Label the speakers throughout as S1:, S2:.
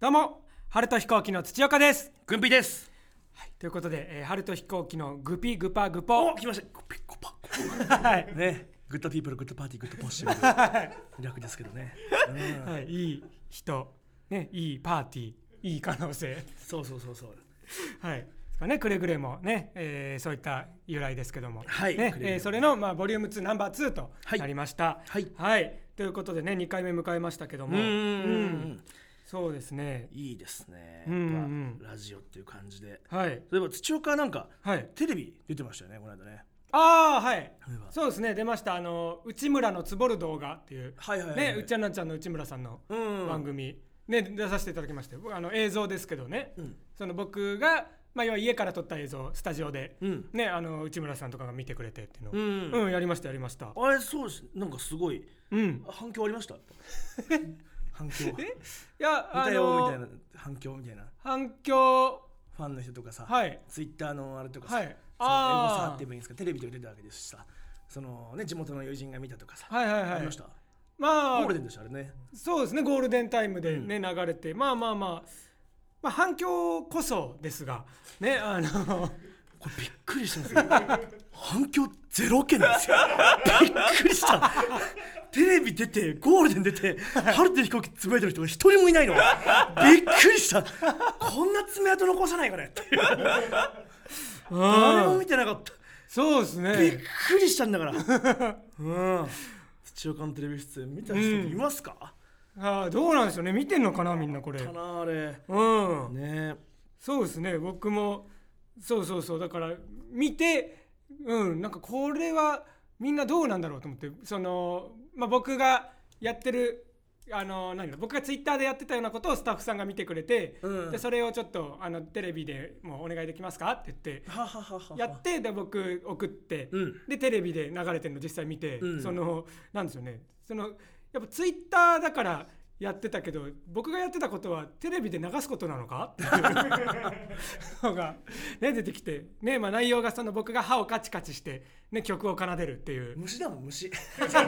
S1: どうも春と飛行機の土岡です、
S2: 軍備です。
S1: はい、ということで、えー、春と飛行機のグピグパグ
S2: お、
S1: ポ
S2: 来ました。コピコパ。
S1: はい、
S2: ね、グッドピープル、グッドパーティー、グッドポッシブル。略ですけどね。うん
S1: はい、いい人、ね、いいパーティーいい可能性
S2: そうそうそうそう。
S1: はいですかね、くれぐれもね、えーそういった由来ですけども、
S2: はい
S1: ね
S2: くれぐ
S1: え
S2: れ
S1: ー
S2: も
S1: それの、まあ、ボリューム2ナンバー2と
S2: はい
S1: なりました。
S2: はい
S1: ということでね2回目迎えましたけど
S2: う
S1: もうん
S2: ん、
S1: そうですね
S2: いいですね。
S1: うんうん
S2: やっぱラジオっていう感じで。
S1: はい
S2: 例えば土岡なんか
S1: はい
S2: テレビ出てましたよね、この間ね。
S1: ああはい
S2: そういえば
S1: そうですね出ましたあの内村のつぼる動画っていう、
S2: はいはいはいはい
S1: ねうっちゃんなんちゃんの内村さんの
S2: うん
S1: 番組、ね出させていただきまして僕あの映像ですけどね、
S2: うん
S1: その僕がまあ要は家から撮った映像スタジオで、
S2: うん
S1: ねあの内村さんとかが見てくれてっていうのを、
S2: う
S1: う
S2: ん
S1: んやりましたやりました
S2: あれそうです。なんかすごい
S1: うん
S2: 反響ありました。 反響。 見
S1: いやあ
S2: た
S1: の
S2: よみたいな反響みたいな。
S1: 反響
S2: ファンの人とかさ、
S1: はい
S2: ツイッターのあれとかさ、
S1: はい
S2: その
S1: あー
S2: エゴサーって言えばいいんですか、テレビとか出てたわけですしさ、そのね、地元の友人が見たとかさ、
S1: はいはいはい
S2: ありました。ゴ
S1: まあ
S2: ールデンでした、あれね。
S1: そうですねゴールデンタイムでね、流れてまあまあまあまあ反響こそですがねあ の
S2: これびっくりしたんですよ。反響ゼロ件なんですよ。びっくりした。テレビ出て、ゴールデン出て、春で飛行機つぶやいてる人が一人もいないの。びっくりした。こんな爪痕残さないからっていう。誰も見てなかった。
S1: そうです
S2: びっ
S1: ね
S2: くりしたんだから。うん。土岡のテレビ出演見た人っていますか、
S1: あーどうなんでしょうね見てんのかなみんなこれ
S2: かなあれ
S1: うん
S2: ね
S1: そうですね僕もそうそうそうだから見てうんなんかこれはみんなどうなんだろうと思ってその、まあ、僕がやってるあの何だ僕がツイッターでやってたようなことをスタッフさんが見てくれて、
S2: うん
S1: でそれをちょっとあのテレビでもうお願いできますかって言って
S2: はははは
S1: やってで僕送って、
S2: うん
S1: でテレビで流れてるの実際見て、
S2: うん
S1: そのなんですよねそのやっぱツイッターだからやってたけど僕がやってたことはテレビで流すことなのかっていうのが、ね、出てきて、ねまあ、内容がその僕が歯をカチカチして、ね、曲を奏でるっていう
S2: 虫だもん 虫スズ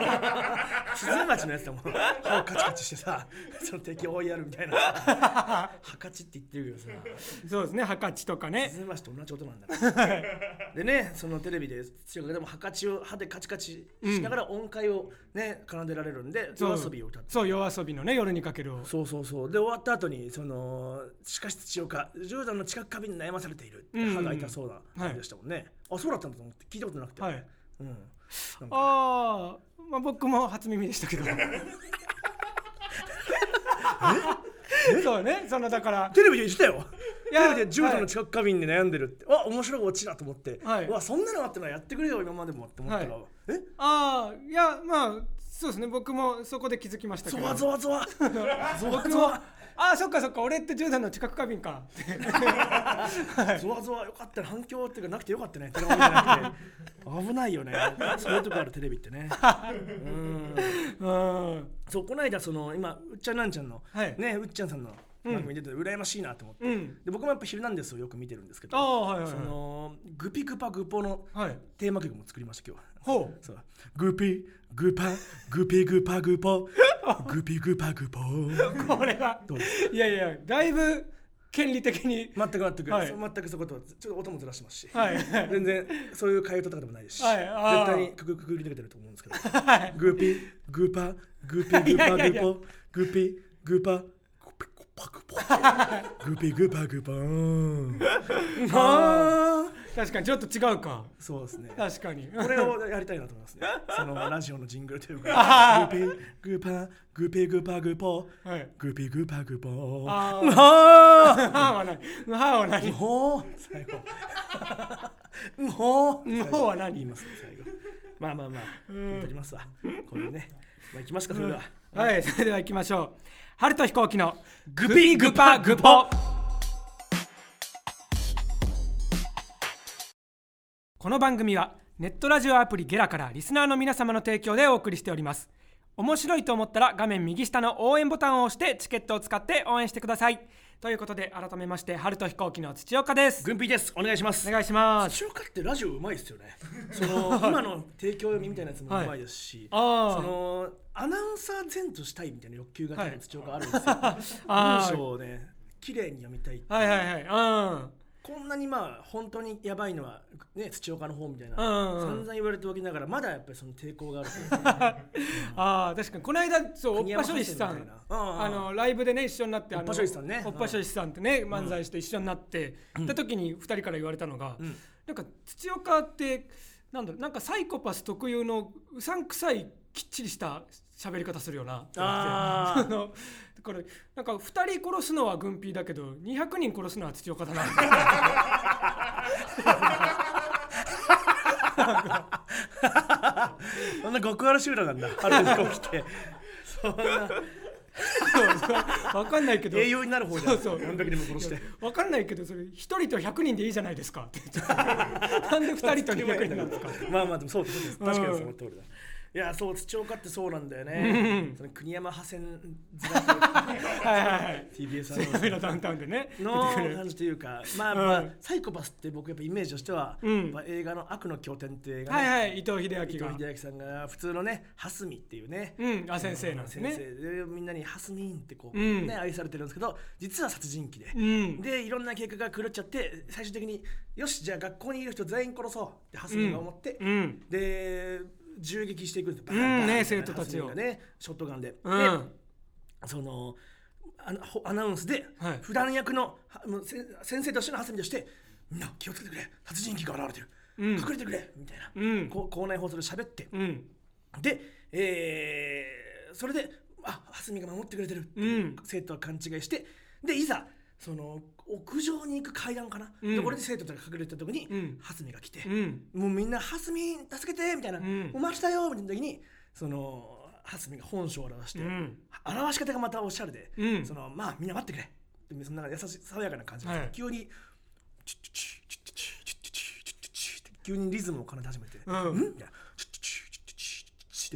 S2: メバチのやつだもん歯をカチカチしてさその敵を追いやるみたいな ハカチって言ってるけど さ
S1: そうですねハカチとかね
S2: スズメバチと同じ音なん だなでねそのテレビで土岡がでもハカチを歯でカチカチしながら音階をね奏でられるんで
S1: そう
S2: 夜遊びを歌って
S1: そう夜遊びのね夜にかけるを
S2: そうそうそうで終わった後にそのしかし土岡10段の近く過敏に悩まされているって
S1: うん
S2: 歯が痛そうな感じでしたもんね、あそうだったんだと思って聞いたことなくて、
S1: はい
S2: うん、なんか
S1: あー、まあ僕も初耳でした けどそうねそのだから
S2: テレビで言ってたよ
S1: い
S2: テ
S1: や
S2: レビで重度の知覚過敏に悩んでるって、わ面白いオチだと思って、
S1: はいう
S2: わそんなのあったらやってくれよ今までもって思ったら、
S1: はい
S2: え
S1: ああいやまあそうですね僕もそこで気づきましたけ
S2: ゾ
S1: ど
S2: ワゾワゾワ ゾワ
S1: 僕
S2: ゾ
S1: も
S2: ワ
S1: ああそっかそっか俺って10代の知覚過敏 か
S2: ゾワゾワよかったね反響っていうかなくてよかったねテレビじゃなくて危ないよねそういうとこあるテレビってねうん
S1: うん
S2: そうこの間その今うっちゃんなんちゃんの、
S1: はい
S2: ねうっちゃんさんの番組出てて羨ましいなと思って、
S1: うん
S2: で僕もやっぱ「ヒルナンデス」をよく見てるんですけど
S1: ああはいはい
S2: そのグピグパグポの
S1: はい
S2: テーマ曲も作りました今日
S1: ほう
S2: そうグピグパグピグパグ ポグピグパグポ
S1: これは
S2: どうです
S1: いやいやだいぶ権利的に
S2: 全く全く、
S1: はい
S2: そう全くそことはちょっと音もずらしてますし、
S1: はい
S2: 全然そういう替え歌とかでもないですし、
S1: はいあー
S2: 絶対にくぐくぐり抜けてると思うんですけど
S1: はい
S2: グピグパグピグパグポグピグ パグピグパグポグピグパグポーン あー
S1: 確かにちょっと違うか
S2: そうですね
S1: 確かに
S2: これをやりたいなと思いますねそのラジオのジングルというかグピグパグピグパグポ
S1: はい
S2: グピグパグポー
S1: あ
S2: ンは
S1: 歯は何歯は
S2: ーう
S1: 何
S2: ほー最後うほー
S1: うほーは何
S2: 言いますね最後まあまあまあ言っときますわこれねまあ行きますかそれでは
S1: はいそれでは行きましょう春と飛行機のグピグパグポこの番組はネットラジオアプリゲラからリスナーの皆様の提供でお送りしております面白いと思ったら画面右下の応援ボタンを押してチケットを使って応援してくださいということで改めまして春と飛行機の土岡です
S2: 軍備ですお願いします
S1: お願いします
S2: 土岡ってラジオうまいですよねその今の提供読みみたいなやつもうまいですし、
S1: あー
S2: そのアナウンサー前としたいみたいな欲求が
S1: は
S2: ね
S1: い
S2: 土壌があるんですよ文
S1: あ
S2: 章をね綺麗に読みたい
S1: あはいはいは
S2: こんなにまあ本当にやばいのはね土岡の方みたいな、
S1: いうんうんう
S2: 散
S1: んうん
S2: 々言われておきながらまだやっぱりその抵 抗があるという
S1: ああ確かにこの間そうおっ
S2: 国
S1: ぱ
S2: 山
S1: しょいしさ
S2: ハッセンみ
S1: ん
S2: たいなうんうん
S1: あのライブでね一緒になってあの
S2: おっぱしょいしさんね
S1: おっぱしょいしさんってね漫才して一緒になって
S2: うん
S1: た時に二人から言われたのが
S2: うん
S1: なんか土岡ってなんだろうなんかサイコパス特有のうさんくさいきっちりした喋り方するよなって言われ
S2: あ
S1: て
S2: ー
S1: あのだからなんか二人殺すのは軍ピーだけど200人殺すのは土岡だな って
S2: そんな極悪集団なんだ春の飛行機ってそんな
S1: わかんないけど
S2: 栄養になる方じ
S1: そ
S2: ゃん
S1: うそう
S2: 何百人も殺して
S1: わかんないけどそれ一人と100人でいいじゃないですかって 言ってなんで二人と200人なんですか
S2: まあまあでもそうですそうです確かにその
S1: うん
S2: 通りだいやそう土岡ってそうなんだよ
S1: う
S2: ね
S1: ん
S2: その国山派遣ず らという
S1: はいはいはい
S2: TBS アナウンサ
S1: セ
S2: ー
S1: ミのダウンタウンでね出て
S2: の
S1: くる
S2: 感じというかまあまあ
S1: うん
S2: サイコパスって僕やっぱイメージとしては
S1: うん
S2: やっぱ映画の「悪の拠点」っていう映画ね
S1: はいはい伊藤英
S2: 伊
S1: 明
S2: 藤
S1: が
S2: 英明さんが普通のね蓮見っていうね
S1: うんあ先生なんですね
S2: 先生でみんなに「蓮見」ってこう
S1: うん
S2: ね愛されてるんですけど実は殺人鬼で
S1: うん
S2: でいろんな計画が狂っちゃって最終的によしじゃあ学校にいる人全員殺そうって蓮見が思って
S1: うん
S2: で銃撃していくんですよバ
S1: うんね
S2: みたいな
S1: 生徒たちを
S2: 蓮見がねショットガンでで
S1: うん
S2: そのあのほアナウンスで
S1: はい
S2: 普段役のはもうせ先生としての蓮見としてみんな気をつけてくれ殺人鬼が現れてる
S1: うん
S2: 隠れてくれみたいな
S1: うん
S2: こう校内放送で喋って
S1: うん
S2: で、えーそれであ蓮見が守ってくれてるっていう
S1: うん
S2: 生徒は勘違いしてでいざその屋上に行く階段かな、
S1: うん
S2: ところで生徒たちが隠れてた時に、
S1: うん
S2: 蓮見が来て、
S1: うん
S2: もうみんな「蓮見助けて!」みたいな「
S1: うん
S2: お待ちだよ!」みたいな時にその蓮見が本性を表して、
S1: うん
S2: 表し方がまたおしゃれで、
S1: うん
S2: そのまあみんな待ってくれでそのなんか優しい爽やかな感じで、
S1: はい
S2: 急にチュッチュッチュッチュッチュッチュッチュッチュッチュッチュッって急にリズムを奏で始めて「
S1: うん
S2: みたいなチュッチュッチュッチュッチ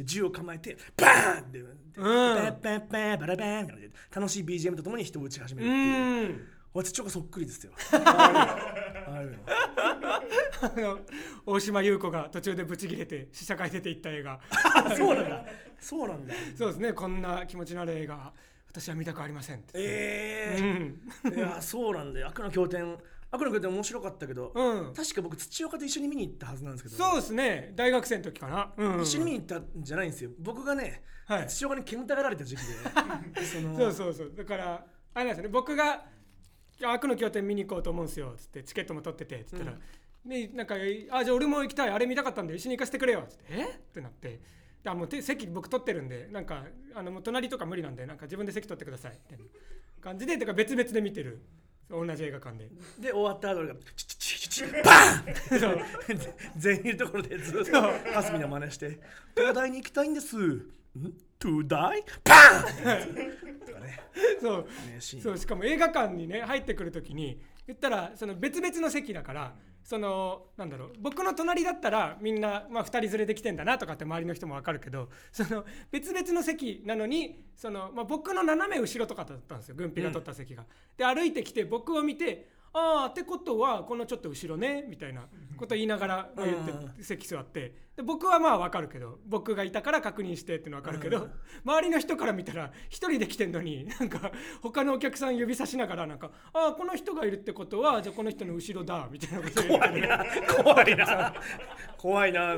S2: ュッチュッチュッって銃を構えてバーンって、
S1: ん
S2: ペンペンペンバラペンみたいな感じで楽しい BGM とともに人を打ち始める
S1: う
S2: っていう。
S1: ん
S2: 私ちょっとそっくりですよ。ああいうのあ
S1: あの大島優子が途中でブチ切れて試写会出ていった映画
S2: あいうのそうなんだ。そうなんだ。
S1: そうですねこんな気持ちのある映画私は見たくありませんって
S2: え
S1: うん
S2: えいやそうなんだよ悪の経典悪の経典面白かったけど、
S1: うん
S2: 確か僕土岡と一緒に見に行ったはずなんですけど
S1: そうですね大学生の時かなうん
S2: 一緒に見に行ったんじゃないんですよ僕がね、
S1: はい
S2: 土岡に煙たがられた時期でその
S1: そうそうそうだからあれなんですよね僕が「悪の経典見に行こうと思うんですよ」つってチケットも取っててっつったら、でなんか「あじゃあ俺も行きたいあれ見たかったんで一緒に行かせてくれよ」つって「えっ?」てなって。であもうて席僕取ってるんでなんかあのもう隣とか無理なんでなんか自分で席取ってくださいみたいな感じでだから別々で見てるそう同じ映画 館で
S2: で終わった後がチチチチチバン
S1: そう
S2: 全員いるところでずっとハスミの真似して「東大に行きたいんです」ん「東大バン!」とかね
S1: そう
S2: 名シーン
S1: そうしかも映画館にね入ってくる時に言ったらその別々の席だからそのなんだろう僕の隣だったらみんな、まあ、2人連れてきてんだなとかって周りの人も分かるけどその別々の席なのにその、まあ、僕の斜め後ろとかだったんですよ軍備が取った席が。で歩いてきて僕を見て「ああってことはこのちょっと後ろね」みたいなこと言いながら、まあ言って
S2: うん
S1: 席座ってで僕はまあ分かるけど僕がいたから確認してっていうのは分かるけど、周りの人から見たら一人で来てんのになんか他のお客さん指さしながらなんか「ああこの人がいるってことはじゃあこの人の後ろだ」みたいなこと言って
S2: 怖いな怖いな怖いな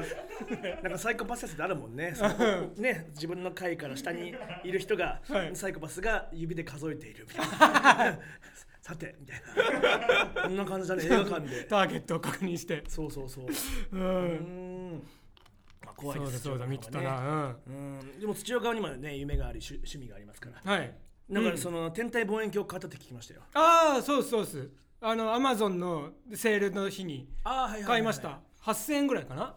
S2: なんかサイコパス説ってあるもんねそのね自分の階から下にいる人が、
S1: はい
S2: サイコパスが指で数えているみたい なさてみたいなこんな感じだね映画館で
S1: ターゲットを確認して
S2: そうそうそう
S1: う
S2: うんん、まあ、怖い
S1: そう
S2: で
S1: だ
S2: す
S1: そうだ見てた
S2: 土岡はね
S1: な
S2: うんでも土岡にもね夢があり趣趣味がありますから
S1: うんはい
S2: だから
S1: うん
S2: その天体望遠鏡を買ったって聞きましたよ
S1: ああそうですそうですあのアマゾンのセールの日に
S2: ああはい
S1: 買いました8000円ぐらいかな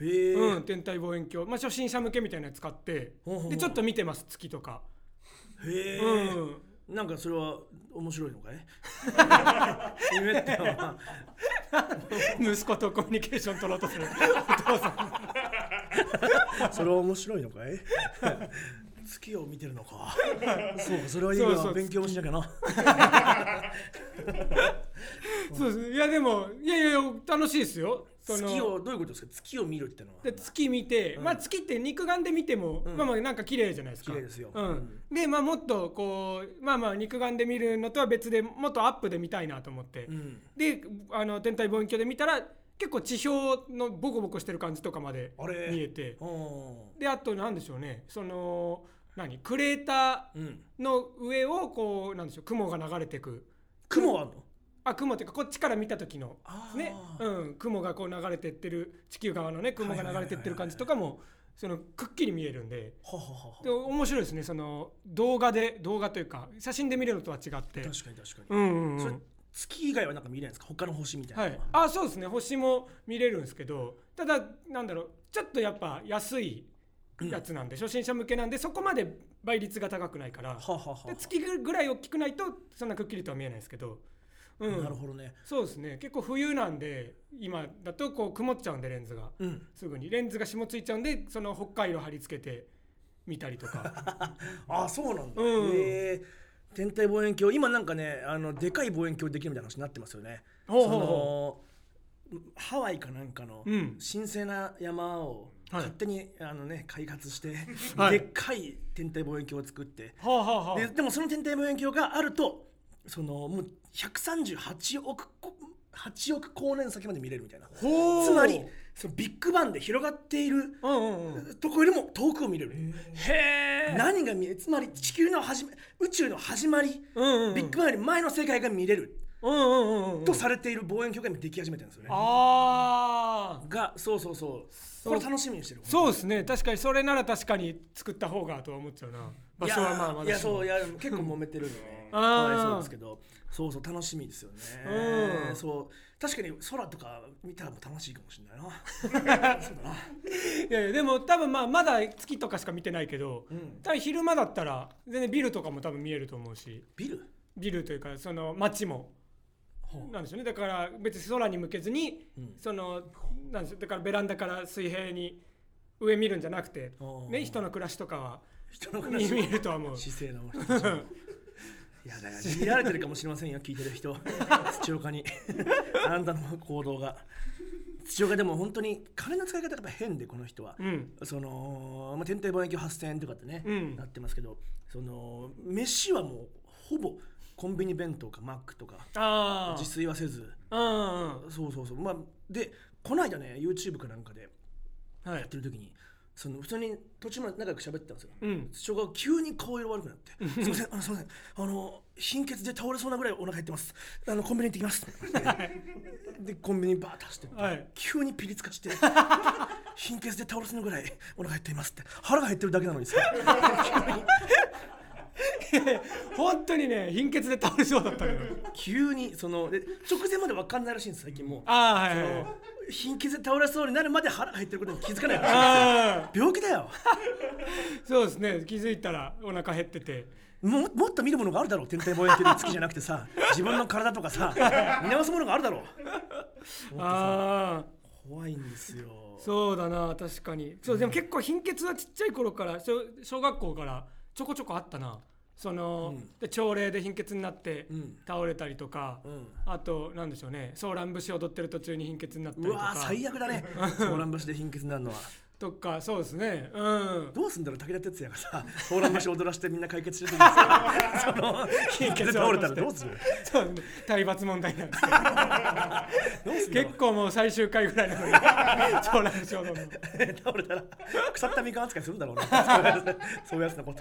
S2: へえ、
S1: うん、天体望遠鏡、まあ、初心者向けみたいなやつ買って
S2: ほうほうほう
S1: でちょっと見てます月とか、
S2: へえ、
S1: うん
S2: なんかそれは面白いのかい夢ってのは
S1: 息子とコミュニケーション取ろうとする
S2: それは面白いのかい月を見てるのかそうかそれはいい
S1: そう
S2: わ
S1: そう
S2: 勉強もしなきゃな
S1: そうですいやでもいやいやいや楽しいですよその
S2: 月をどういうことですか月を見るってのは
S1: で月見て、
S2: うん
S1: まあ月って肉眼で見ても、
S2: うん
S1: まあまあなんか綺麗じゃないですか
S2: 綺麗ですよ
S1: うん
S2: うん
S1: でまあもっとこうまあまあ肉眼で見るのとは別でもっとアップで見たいなと思って、
S2: うん
S1: であの天体望遠鏡で見たら結構地表のボコボコしてる感じとかまで
S2: あれ
S1: 見えて
S2: う
S1: であと何でしょうねその何クレータ
S2: んうん
S1: ーの上をこうなんでしょう雲が流れてく
S2: 雲はあんの
S1: あ雲っていうかこっちから見た時の
S2: あー
S1: ね、うん、雲がこう流れてってる地球側のね雲が流れてってる感じとかもそのくっきり見えるんで
S2: はははは
S1: で面白いですねその動画で動画というか写真で見れるのとは違って
S2: 確かに確かに、
S1: うんうん、う
S2: それ
S1: ん、
S2: 月以外はなんか見れないんですか他の星みたいな
S1: は
S2: の
S1: い
S2: は、
S1: あそうですね星も見れるんですけどただなんだろうちょっとやっぱ安いやつなんで、初心者向けなんでそこまで倍率が高くないから
S2: はははは
S1: で月ぐらい大きくないとそんなくっきりとは見えないですけど、うん、
S2: なるほどね
S1: そうですね結構冬なんで今だとこう曇っちゃうんでレンズが。
S2: うん
S1: すぐにレンズが下ついちゃうんでその北海道貼り付けて見たりと か
S2: あそうなんだ、
S1: うん
S2: へえ天体望遠鏡今なんかねあのでかい望遠鏡できるみたいな話になってますよね
S1: ほうほう
S2: そのハワイかなんかの
S1: うん
S2: 神聖な山を
S1: はい
S2: 勝手に、あのね、開発して、
S1: はい
S2: でっかい天体望遠鏡を作って
S1: はあはあは
S2: ででもその天体望遠鏡があるとそのもう138億こ8億光年先まで見れるみたいな
S1: ほう
S2: つまりそのビッグバンで広がっている
S1: うんうんうん
S2: とこよりも遠くを見れる
S1: へえ
S2: 何が見えつまり地球の始め宇宙の始まり、
S1: うんうんうん
S2: ビッグバンより前の世界が見れる
S1: うんうんうんうん
S2: とされている望遠鏡が今でき始めてるんですよね。
S1: ああ
S2: がそうそうそうこれ楽しみにしてる
S1: そうですね確かにそれなら確かに作った方がとは思っちゃうな場所はまあまだ
S2: いやいやそうい
S1: や
S2: や結構揉めてるんでね
S1: あ
S2: か
S1: ー
S2: わいそうですけどそうそう楽しみですよね、
S1: うん
S2: そう確かに空とか見たらも楽しいかもしれないなそうだない
S1: やいやでも多分まあまだ月とかしか見てないけど、
S2: ん
S1: 多分昼間だったら全然ビルとかも多分見えると思うし
S2: ビル
S1: ビルというかその街も
S2: ほう
S1: なんでしょうねだから別に空に向けずに、
S2: うん
S1: そのなんでしょうだからベランダから水平に上見るんじゃなくて
S2: あ、ー
S1: ね、人の暮らしとかは
S2: 人の
S1: 見
S2: 話
S1: 見るとは思う
S2: 姿勢の人たちも いやだから見られてるかもしれませんよ聞いてる人土 岡にあなたの行動が土岡でも本当に金の使い方がやっぱ変でこの人は、
S1: うん
S2: その、まあ、天体望遠鏡8000円とかってね、
S1: うん
S2: なってますけどその飯はもうほぼコンビニ弁当かマックとか
S1: あ
S2: 自炊はせず
S1: あうんうん
S2: そうそうそうまあでこの間ね YouTube かなんかで
S1: は
S2: やっ
S1: い
S2: てる時にその普通に途中まで仲良く喋ってたんですよ、
S1: うん
S2: 土岡が急に顔色悪くなって「すいませんあのすいませんあの貧血で倒れそうなぐらいお腹減ってますあのコンビニ行って きます」でコンビニバーッと走ってって、
S1: はい
S2: 急にピリつかして貧血で倒れそうなぐらいお腹減っていますって腹が減ってるだけなのにさ
S1: 本当にね貧血で倒れそうだったけど
S2: 急にそので直前まで分かんないらしいんです最近もう
S1: ああはいはいはい
S2: 貧血で倒れそうになるまで腹が減ってることに気づかない
S1: あ
S2: 病気だよ
S1: あそうですね気づいたらお腹減ってて
S2: ももっと見るものがあるだろう天体望遠鏡の月じゃなくてさ自分の体とかさ見直すものがあるだろう
S1: ああ
S2: 怖いんですよ
S1: そうだな確かにそうでも結構貧血はちっちゃい頃から小小学校からちょこちょこあったなその、
S2: うん
S1: で朝礼で貧血になって
S2: うん
S1: 倒れたりとか、
S2: うん
S1: あとなんでしょうねソーラン節踊ってる途中に貧血になったり
S2: う
S1: と
S2: わ
S1: か
S2: ー最悪 だねソーラン節で貧血になるのは
S1: とかそうですねうん
S2: どうすんだろう武田鉄矢 がさソーラン節踊らしてみんな解決してるんですよその貧血で倒れたらどうする
S1: そうですね 体罰問題なんですけ
S2: どうすんだ
S1: ど
S2: ろう
S1: 結構もう最終回ぐらいな のにソーラン節踊るの
S2: 倒れ たら腐ったみかん扱いするんだろうなそういうやつのこと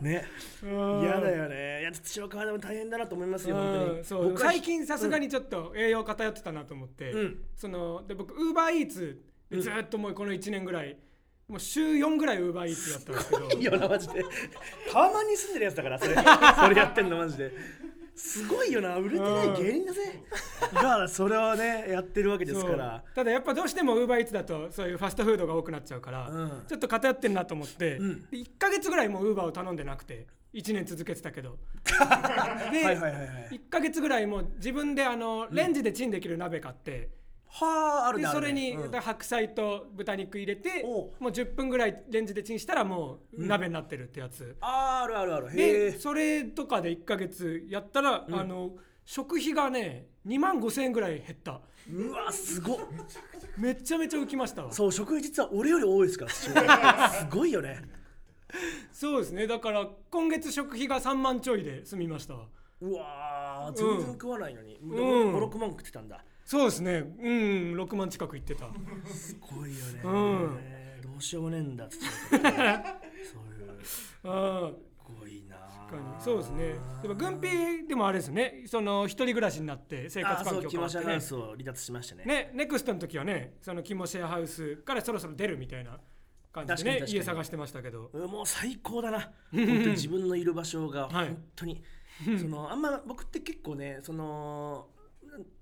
S2: ね
S1: うん
S2: 嫌だよねいや土岡はでも大変だなと思いますよ本当
S1: うん
S2: に
S1: そう
S2: 僕は
S1: 最近さすがにちょっと栄養偏ってたなと思って、
S2: うん
S1: そので僕ウーバーイーツでずっともうこの1年ぐらい、もう週4ぐらいウーバーイーツやったんですけど
S2: いいよなマ ジでタワマンに住んでるやつだから それそれやってんのマジですごいよな売れてない芸人だぜがそれはねやってるわけです
S1: そ
S2: か
S1: う
S2: ら
S1: ただやっぱどうしてもウーバーイーツだとそういうファストフードが多くなっちゃうから、
S2: うん
S1: ちょっと偏ってんなと思って、
S2: うん
S1: 1か月ぐらいもうウーバーを頼んでなくて1年続けてたけ どで、
S2: はいはいはいはい
S1: 1か月ぐらいもう自分であのレンジでチンできる鍋買って、
S2: はあある
S1: で
S2: ねあ
S1: そ
S2: る
S1: れに
S2: ねうん
S1: 白菜と豚肉入れて
S2: お
S1: も
S2: う
S1: う10分ぐらいレンジでチンしたらもう鍋になってるってやつ
S2: あーあるあるあるへ
S1: で
S2: え
S1: それとかで1ヶ月やったらあの食費がね2万5千円ぐらい減った
S2: うわすごっ
S1: めっちゃめちゃ浮きましたわ
S2: そう食費実は俺より多いですから 父親すごいよね
S1: そうですねだから今月食費が3万ちょいで済みましたわ
S2: うわー全然食わないのに、
S1: ん
S2: 56万食ってたんだ
S1: そうですねうん6万近くいってた
S2: すごいよね、
S1: うん
S2: どうしようもねえん だ父親そういうす
S1: あー
S2: ごいな
S1: 確かにそうですねでも軍備でもあれですねその一人暮らしになって生活
S2: あそ
S1: 環
S2: う
S1: 境
S2: キ
S1: 変わ
S2: モ
S1: っ
S2: シ
S1: て
S2: ャハ
S1: ね
S2: ウスを離脱しましたね
S1: ねネクストの時はねそのキモシェアハウスからそろそろ出るみたいな感じで
S2: 確かに確
S1: ね
S2: かに
S1: 家探してましたけど
S2: うんもう最高だな本当に自分のいる場所が
S1: はい
S2: 本当に、そのあんま僕って結構ねその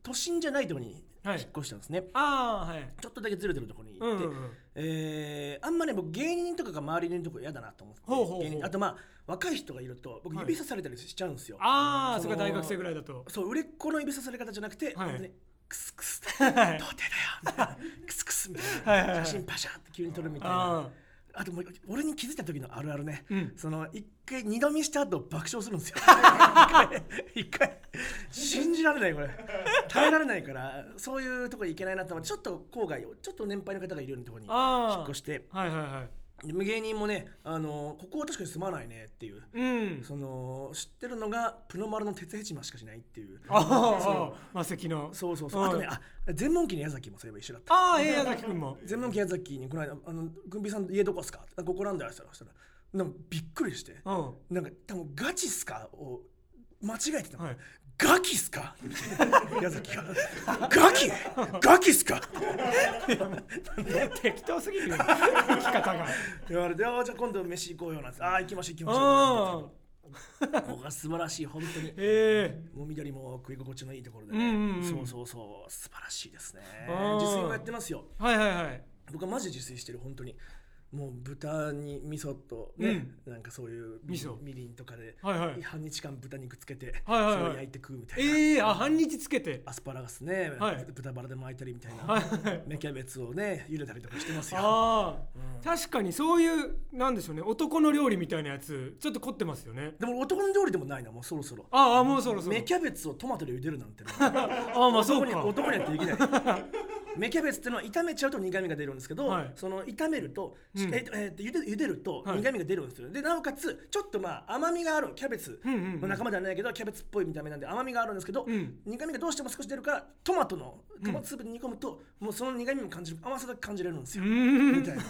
S2: 都心じゃないところに引
S1: は
S2: っ
S1: い
S2: 越したんですね、
S1: ああはい
S2: ちょっとだけずれてるところに
S1: うん
S2: 行っ
S1: う
S2: て、
S1: んうん
S2: えーあんまね僕芸人とかが周りにいるとこ嫌だなと思って
S1: ほうほうほう
S2: 芸人あとまあ若い人がいると僕
S1: はい
S2: 指さされたりしちゃうんですよ、
S1: ああそ
S2: そ
S1: れ
S2: の
S1: が大学生ぐらいだと
S2: そう売れっ子の指さされ方じゃなくて、
S1: はい
S2: 本当にクスクス
S1: はい
S2: 童 貞だよみたいなクスクスみた
S1: はいは
S2: い
S1: いは
S2: ない写真パシャって急に撮るみたいな
S1: あ
S2: あともう俺に気づいた時のあるあるね、
S1: うん
S2: その一回二度見した後爆笑するんです よ一回一回信じられないこれ耐えられないからそういうとこ行けないなと思ってちょっと郊外をちょっと年配の方がいるようなところに
S1: あー
S2: 引っ越して
S1: あはいはいはい
S2: で無芸人もねあのここは確かに住まないねっていう
S1: うん
S2: その知ってるのがプノ丸の鉄ヘチマしかしないっていう
S1: ああ
S2: そ
S1: 魔石の
S2: うそうそうそう
S1: うん
S2: あとねあ全問記の矢崎もそういえば一緒だった
S1: ああええ矢崎君も
S2: 全問記矢崎にこの間「あの軍備さん家どこっすか?」あここなんだよ」って言ったらなんかびっくりして
S1: うんは
S2: なんか多分ガチっすかを間違えてたの、
S1: い
S2: ガキっすか矢崎がガキガキっすか
S1: 適当すぎ るよ生き方が
S2: 言われてあーじゃあ今度飯行こうよなんてあー行きましょう行きまし
S1: あ
S2: ょうなんて僕は素晴らしい本当に
S1: ええ
S2: もう緑も食い心地のいいところで、
S1: うんうんうん
S2: そうそうそう素晴らしいですね
S1: あー
S2: 自炊もやってますよ
S1: はいはいはい
S2: 僕はマジで自炊してる本当にもう豚に味噌とね、なんかそういうみ
S1: 味噌
S2: みりんとかで、
S1: はいはい
S2: 半日間豚肉つけて、
S1: はいはいはい
S2: それを焼いて食うみたいな、
S1: ええあ半日つけて
S2: アスパラガスね、
S1: はい
S2: 豚バラで巻いたりみたいな、
S1: はいはい
S2: 芽キャベツをね茹でたりとかしてますよ
S1: ああ確かにそういうなんでしょうね男の料理みたいなやつちょっと凝ってますよね
S2: でも男の料理でもないなもうそろそろ
S1: ああもうそろそろ
S2: 芽キャベツをトマトで茹でるなんてのは
S1: ああまあそうか
S2: 男にはできない芽キャベツってのは炒めちゃうと苦味が出るんですけど、
S1: はい
S2: その炒めると、
S1: うん
S2: えっとえっと茹で茹でると
S1: はい
S2: 苦味が出るんですよ、でなおかつちょっとまあ甘みがあるキャベツ
S1: うんうんう
S2: の
S1: ん
S2: 仲間ではないけど、キャベツっぽい見た目なんで甘みがあるんですけど、
S1: うん
S2: 苦味がどうしても少し出るからトマトのトマトスープに煮込むと、もうその苦味も感じる甘さが感じれるんですよ、
S1: うん
S2: みたいな。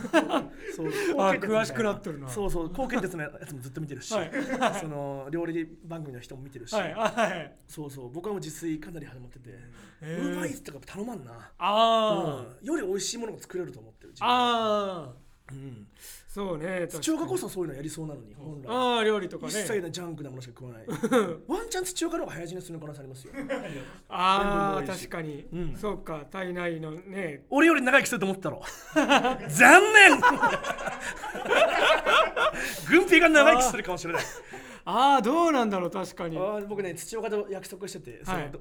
S2: そう高血圧みたい
S1: 詳しくなってるな
S2: そうそう、高血圧のやつもずっと見てるし、
S1: はい
S2: その料理番組の人も見てるし、
S1: はいあはい
S2: そうそう、僕はもう自炊かなり始まってて、ウ
S1: へー
S2: ーバーイーツとか頼まんな。
S1: あ
S2: うん、より美味しいものが作れると思ってる。
S1: あ
S2: 自分
S1: ああ
S2: うん、
S1: そうね
S2: 土岡こ
S1: そ
S2: そそういうのやりそうなのに、本来。
S1: ああ料理とか
S2: 一
S1: ね
S2: 切なジャンクなものしか食わ ない。ワンチャン土岡の方が早死にする可能性ありますよ。
S1: ああ
S2: 全部美味しい
S1: 確かに、
S2: うん
S1: そうか体内のね
S2: 俺より長生きすると思っ たろ。残念軍兵が長生きするかもしれない。
S1: ああどうなんだろう確かにはい
S2: あー僕ね土岡と約束してて、その
S1: はい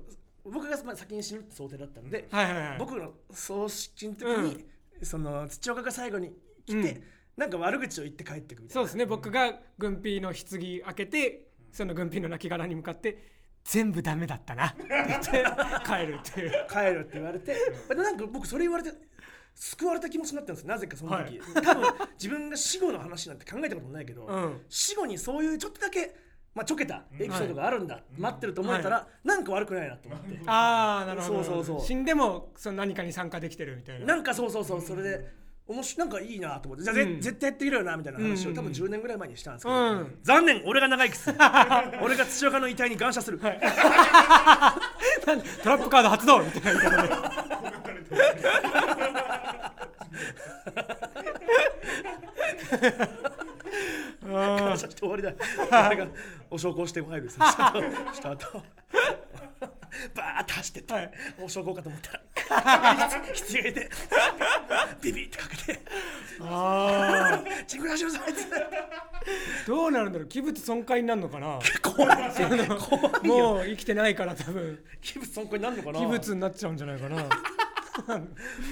S2: 僕がまあ先に死ぬって想定だったので、
S1: はいはい
S2: 僕の葬式の時に、その土岡が最後に来
S1: う
S2: て、
S1: ん
S2: なんか悪口を言って帰ってくみた
S1: そ
S2: いうな
S1: ですね僕が軍艇の棺開けてその軍艇の亡骸に向かって全部ダメだったなって言って帰るっていう
S2: 帰るって言われて、でなんか僕それ言われて救われた気持ちになったんですよなぜかその時、
S1: はい
S2: 多分自分が死後の話なんて考えたこともないけど、
S1: うん
S2: 死後にそういうちょっとだけ、まあ、ちょけたエピソードがあるんだ、待ってると思えたら、なんか悪くないなと思って。
S1: ああなるほど
S2: そうそうそう
S1: 死んでもその何かに参加できてるみたいな
S2: なんかそうそうそうそれで面白いなんかいいなと思ってじゃあ、ぜ
S1: うん
S2: 絶対やってみろよなみたいな話
S1: うんうんう
S2: を
S1: ん
S2: 多分10年ぐらい前にしたんですけど、
S1: うん
S2: 残念俺が長生きする俺が土岡の遺体に感謝する、
S1: トラップカード発動みたいな
S2: 感謝して終わりだ俺がお焼香してご配慮した後した後バーッと走ってって、
S1: はい
S2: お焼香かと思ったら必要でビビってかけて
S1: あ
S2: 「チンクラしなさい」って
S1: ーどうなるんだろう器物損壊になるのかな
S2: 怖い怖いよ
S1: もう生きてないから多分
S2: 器物損壊になるのかな
S1: 器物になっちゃうんじゃないかな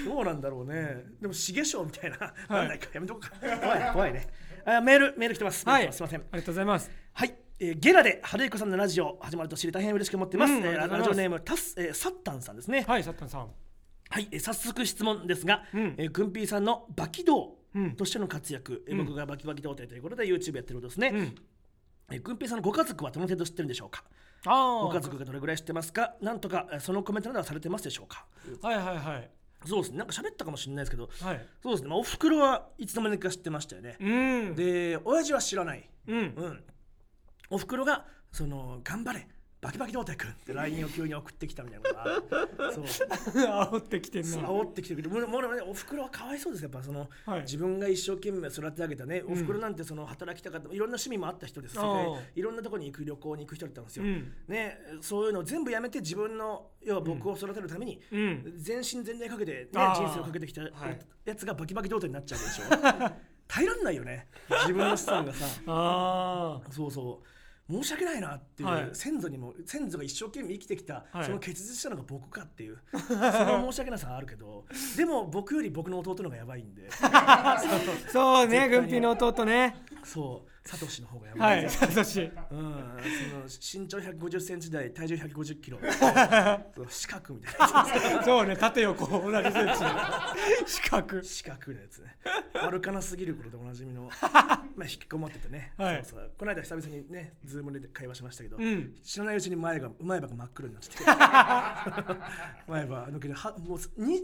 S2: どうなんだろうね。でも、しげしょうみたいな、なんだかやめとこうか。怖い、怖いね。あメール、メール来てます。
S1: は
S2: メール
S1: い
S2: 来てますい
S1: あ
S2: ません。
S1: りがとうございます
S2: はい。ええーゲラで春彦さんのラジオ始まると知り大変嬉しく思ってます、
S1: うんあ
S2: えー
S1: りがとう
S2: ラ
S1: ご
S2: ジ
S1: ざいます
S2: オネームタス、えーサッタンさんですねはい、
S1: はい、サッタンさん。
S2: えー早速質問ですが、
S1: うん
S2: えーグンピーさんのバキ童
S1: うん
S2: としての活躍、えー
S1: うん
S2: 僕がバキバキ童貞ということで YouTube やってることですね、
S1: うん。
S2: えー、グンピーさんのご家族はどの程度知ってるんでしょうか
S1: ああ。
S2: ご家族がどれぐらい知ってますかなんとかえーそのコメントなどはされてますでしょうか
S1: はいはいはい。
S2: そうですねなんか喋ったかもしれないですけど
S1: はい。
S2: そうですね、まあ、おふくろはいつの間にか知ってましたよね、
S1: うん。、
S2: で親父は知らない
S1: うん。
S2: うん、おふくろがその「頑張れバキバキ童貞くん」って LINE を急に送ってきたみたいなこと がそう
S1: 煽ってきてんな。
S2: 煽ってきてくれるもうもうねおふくろはかわいそうですやっぱその、
S1: はい
S2: 自分が一生懸命育て上げたねおふくろなんてその働きたかったいろんな趣味もあった人ですよね
S1: ああ
S2: いろんなとこに行く旅行に行く人だったんですよ、
S1: うん
S2: ね、そういうのを全部やめて自分の要は僕を育てるために、
S1: うん。
S2: 全身全霊かけて、ね、
S1: ああ
S2: 人生をかけてきた
S1: はい
S2: やつがバキバキ童貞になっちゃうわ けでしょ耐えらんないよね自分の資産がさ
S1: ああ。
S2: そうそう申し訳ないなっていう、
S1: はい
S2: 先祖にも先祖が一生懸命生きてきた、
S1: はい
S2: その結実したのが僕かっていう その申し訳なさはあるけどでも僕より僕の弟の方がやばい んで
S1: そうね、軍ピーの弟ね。
S2: そうサトシの方がやば、
S1: はいい、サトシ。
S2: うん、その身長1 5 0ンチ台体重1 5 0キロ そう四角みたいな
S1: そうね、縦横同じ数値。 四角。
S2: 四角のやつね歩かなすぎることでおなじみ のまあ引きこもっててね、
S1: はい
S2: そうそうこの間久々にねズームで会話しましたけど、
S1: うん。
S2: 知らないうちに前が前歯が真っ黒になってきて 前歯抜けてはもうに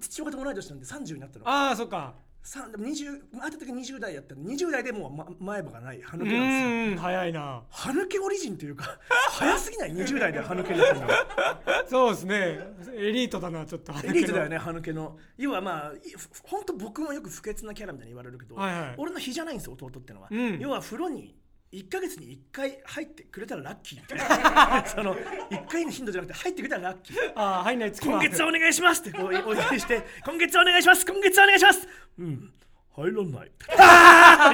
S2: 父親と同い年なんで30になったの
S1: ああ、そっか。
S2: さんでも20あった時20代やったの20代でもう、ま、前歯がない歯
S1: う
S2: 抜けなんです
S1: ー
S2: よ
S1: ん、早いな。
S2: 歯抜けオリジンというか早すぎない20代で歯抜けになったの
S1: そうですね。エリートだな、ちょっと。
S2: エリートだよね歯抜けの要はまあ本当僕もよく不潔なキャラみたいに言われるけど、
S1: はいはい
S2: 俺の日じゃないんですよ弟ってのは、
S1: うん
S2: 要は風呂に1ヶ月に1回入ってくれたらラッキーみたい なその1回の頻度じゃなくて入ってくれたらラッキー
S1: ああ、入んない月
S2: 今
S1: は
S2: 月お願いしますってこうお願いして今月お願いします今月お願いしますうん入らない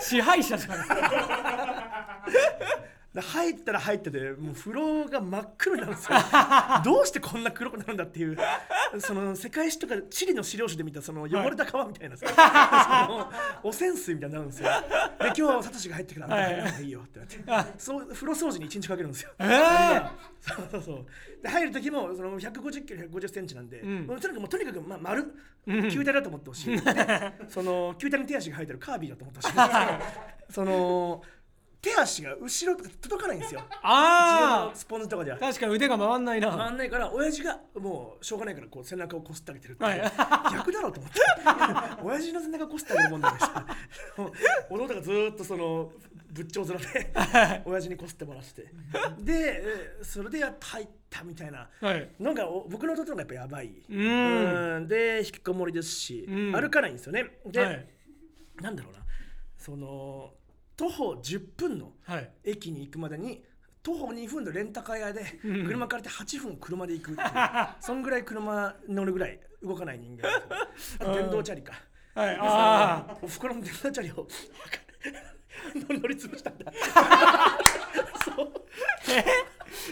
S1: 支配者じゃん。
S2: で入ったら入っててもう風呂が真っ黒になるん ですよどうしてこんな黒くなるんだっていうその世界史とか地理の資料史で見たその汚れた川みた いなさ、その汚染水みたいになるんですよで今日はサトシが入ってくるから、
S1: はい
S2: あんた入らないいよってなってそう風呂掃除に1日かけるんですよ
S1: ええ。
S2: そうそうそうで入る時もその150キロ150センチなんで、
S1: ん
S2: もうとにかくもうとにかくまあ丸球体だと思ってほ しい、でその球体の手足が生えてるカービィだと思って ほしいその手足が後ろ届かないんですよ自分
S1: あ
S2: のスポンジとかでは
S1: あ。確かに腕が回んないな。
S2: 回んないから親父がもうしょうがないからこう背中をこすってあげてるって、
S1: はい
S2: 逆だろうと思って 親父の背中こすってあげるもんだから 弟がずーっとその仏頂面で親父にこすってもらっててでえーそれでやっと入ったみたいな
S1: はい。
S2: のがお僕の弟の方がやっぱやばい
S1: ん
S2: うんで引きこもりですし、
S1: うん
S2: 歩かないんですよねで、
S1: はい。
S2: なんだろうなその徒歩10分の
S1: はい。
S2: 駅に行くまでに徒歩2分のレンタカー屋で
S1: うん
S2: 車借りて8分車で行 くっていうそんぐらい車乗るぐらい動かない人間ですあと電動チャリか
S1: はい。ああ。
S2: おふくろの電動チャリを 乗り潰したんだそう
S1: え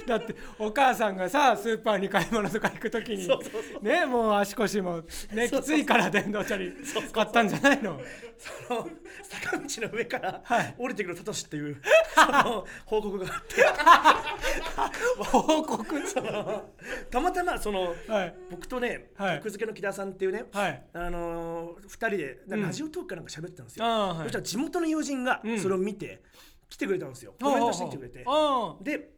S1: だってお母さんがさスーパーに買い物とか行く時に
S2: そうそうそ
S1: ねもう足腰もね
S2: そうそうそう
S1: きついから電動チャリ買ったんじゃないの
S2: その坂道の上から
S1: はい
S2: 降りてくるサトシっていう、 その報告があって
S1: 報告
S2: そのたまたまその、
S1: はい
S2: 僕とね
S1: はい
S2: 格付けの木田さんっていうね、
S1: はい
S2: あのー、2人でなんかラジオトークかなんか喋ってたんですよ、
S1: あーはい
S2: そしたら地元の友人が
S1: うん
S2: それを見て、来てくれたんですよコメントしてきてくれて
S1: ああ
S2: で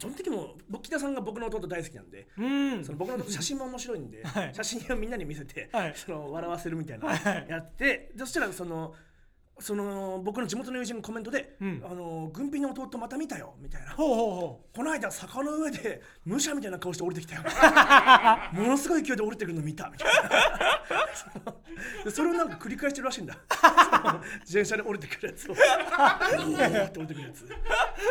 S2: その時も僕木田さんが僕の弟大好きなんで、
S1: うん
S2: その僕の写真も面白いん で、
S1: はい
S2: 写真をみんなに見せて、
S1: はい
S2: その笑わせるみたいな、
S1: はい
S2: やってそしたらそのその僕の地元の友人のコメントで「
S1: うん
S2: あの軍備の弟また見たよ」みたいな。
S1: ほうほうほ
S2: この間坂の上で武者みたいな顔して降りてきた よものすごい勢いで降りてくるの見たみたいなそのそれをなんか繰り返してるらしいんだその自転車で降りてくるやつをおーって降りてくるやつ
S1: う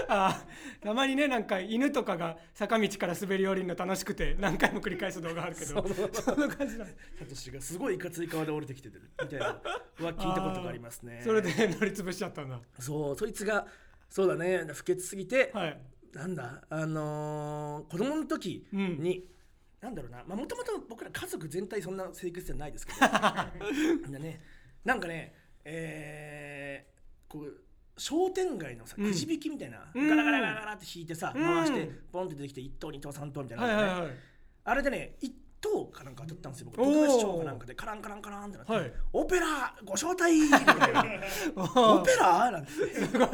S1: ああたまにねなんか犬とかが坂道から滑り降りるの楽しくて何回も繰り返す動画あるけどそんな感じなの
S2: サトシがすごいいかつい顔で降りてきてるみたいなのは聞いたことがありますね
S1: それで乗り潰しちゃったんだ
S2: そうそいつがそうだね不潔すぎて、
S1: はい
S2: なんだあのー子供の時に、なんだろうなまあもともと僕ら家族全体そんな清潔じゃない ですけどみんなねなんかねえーこう商店街のさ
S1: うん
S2: くじ引きみたいな、
S1: うん
S2: ガラガラガラガラって引いてさ、
S1: うん
S2: 回してポンって出てきて1等2等3等みたいなの
S1: はい
S2: が
S1: は
S2: あってね、
S1: いはい
S2: あれでね1等かなんか当たったんですよ僕
S1: おー
S2: 僕が市長かなんかでカランカランカランってなって、
S1: はい
S2: オペラご招待みたい な
S1: お
S2: オ
S1: ー
S2: ペラなんて
S1: すごい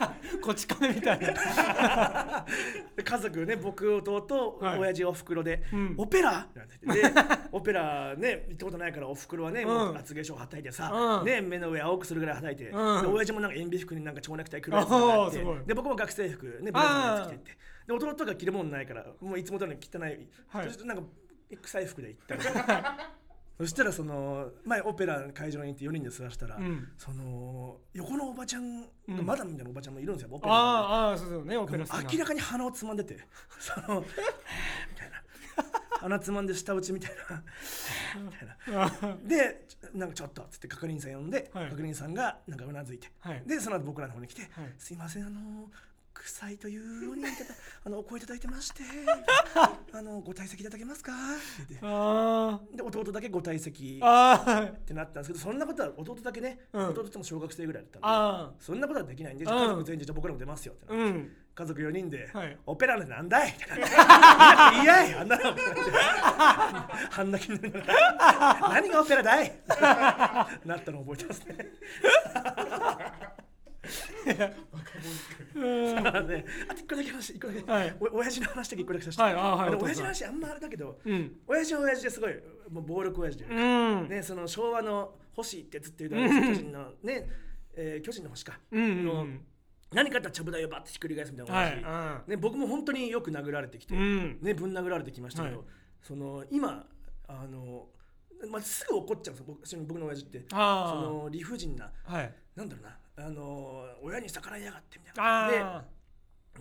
S1: こち亀みたいな
S2: で 家族ね僕弟と
S1: はい
S2: 親父おふくろで、
S1: うん
S2: オペラなんて言ってでオペラね行ったことないからおふくろはね、もう
S1: うん
S2: 厚化粧はたいて
S1: う
S2: さ、
S1: ん
S2: ね、目の上青くするぐらいはたいて、
S1: うん
S2: で親父もなんか鉛筆服になんか蝶ネクタイ黒いやつがあって
S1: おーすごい
S2: で僕も学生服ねブラウスのやつ着てってで弟が着るもんないからもういつも通りの汚い、
S1: はい
S2: ちょっとなんか臭い服で行ったんですよ そしたらその前オペラの会場に行って4人で座らせたら、
S1: うん
S2: その横のおばちゃんが、マダムみたいなおばちゃんもいるんですよオペラの
S1: あーあーそうそうねオペラ好きな
S2: 明らかに鼻をつまんでてそのみたいな鼻つまんで舌打ちみたいなみたいな
S1: あ
S2: でちょなんかちょっとっつって係員さん呼んで、
S1: はい
S2: 係員さんがなんかうなずいて、
S1: はい
S2: でその後僕らの方に来て「
S1: はい
S2: すいませんあの臭いというようにい ただあのお声いただいて ましてあのご退席いただけますか?」って言って
S1: あ
S2: で弟だけご退席っ
S1: あー
S2: てなったんですけどそんなことは弟だけね、
S1: うん
S2: 弟とも小学生ぐらいだったんで
S1: あ
S2: そんなことはできないんで、
S1: うん
S2: 家族全員でじゃあ僕らも出ますよってなって、
S1: うん
S2: 家族4人で、
S1: はい
S2: オペラなんてなん だいいやいやあんなの あんな気になりながら何がオペ ラだいなったの覚えてますね
S1: うん
S2: あのねあと1個だけ話1個だけ、
S1: はい
S2: お親父の話だけ1個だけさせて、
S1: はいあはい
S2: あの
S1: お父さん
S2: 親父の話あんまあれだけど、
S1: うん
S2: 親父は親父ですごいもう暴力親父で、
S1: うん
S2: ね、その昭和の星ってずっと言うたら巨人のね、えー巨人の星か
S1: うんうん
S2: 何かあったらちゃぶ台をバッてひっくり返すみたいな
S1: は
S2: 話、
S1: いうん
S2: ね、僕も本当によく殴られてきて、
S1: うん
S2: ね、ぶん殴られてきましたけど、
S1: はい
S2: その今あの、まあ、すぐ怒っちゃうんですよ僕その僕の親父ってそ
S1: あー
S2: の理不尽な
S1: はい
S2: なんだろうなあの親に逆らいやがってみたいなで
S1: あ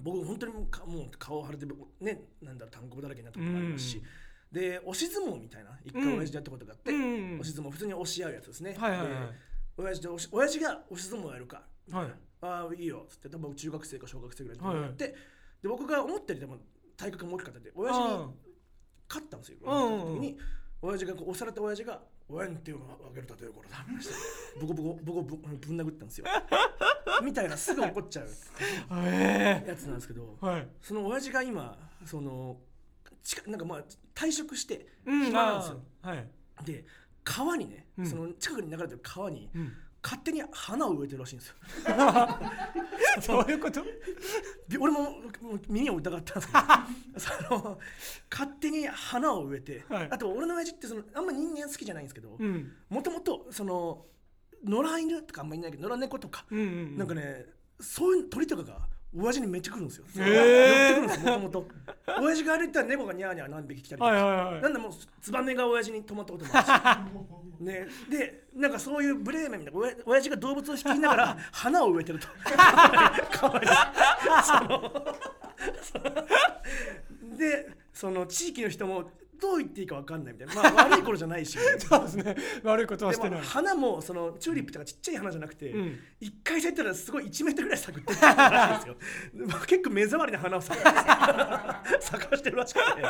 S2: 僕本当にもうかもう顔を腫れてねなんだろう単語だらけになったこともありますし、で押し相撲みたいな一回親父でやったことがあって、
S1: うん
S2: 押し相撲普通に押し合うやつですね、
S1: はいはいはい
S2: で親父で押し親父が押し相撲やるか
S1: あはい
S2: ああいいよっつって多分中学生か小学生ぐらいの時にやって、で僕が思ったよりでも体格も大きかったんで親父に勝ったんですよ、
S1: うん
S2: 時に親父がこう押された親父が「親に手をあげるたという頃だ」みたいなボコボコボコボコぶん殴ったんで すよみたいなすぐ怒っちゃう
S1: あえ
S2: やつなんですけど
S1: えはい
S2: その親父が今その近なんかまあ退職して
S1: うん
S2: 暇なんですよ、
S1: あーはい
S2: で川にね、
S1: うん
S2: その近くに流れてる川に、
S1: うん
S2: 勝手に花を植えてるらしいんですよ
S1: そういう こと
S2: で俺ももう耳を疑ったんです けどその勝手に花を植えて、
S1: はい
S2: あと俺の親父ってそのあんま人間好きじゃないんですけど
S1: うん
S2: もともとその野良犬とかあんまいないけど野良猫とか、
S1: うんうん
S2: なんかねそういう鳥とかが親父にめっちゃ来るんですよ、
S1: へー
S2: 寄ってくるんですよもともと親父が歩いたら猫がニャーニャー何匹来たりとか
S1: はいはい
S2: な
S1: はい
S2: んだもうツバメが親父に止まったこともあ るし、ね、でなんかそういうブレーメンみたいな親親父が動物を引きながら花を植え てるとかわいいそのでその地域の人もどう言っていいか分かんないみたいな、まあ、悪い頃じゃないし
S1: そうですね悪いことは
S2: で
S1: してな
S2: も
S1: い
S2: 花もそのチューリップとかちっちゃい花じゃなくて、
S1: うん
S2: 一回咲いたらすごい1メートルぐらい咲くって言ってたらしいんですよまあ結構目障りな花を咲かして咲かしてるらしくて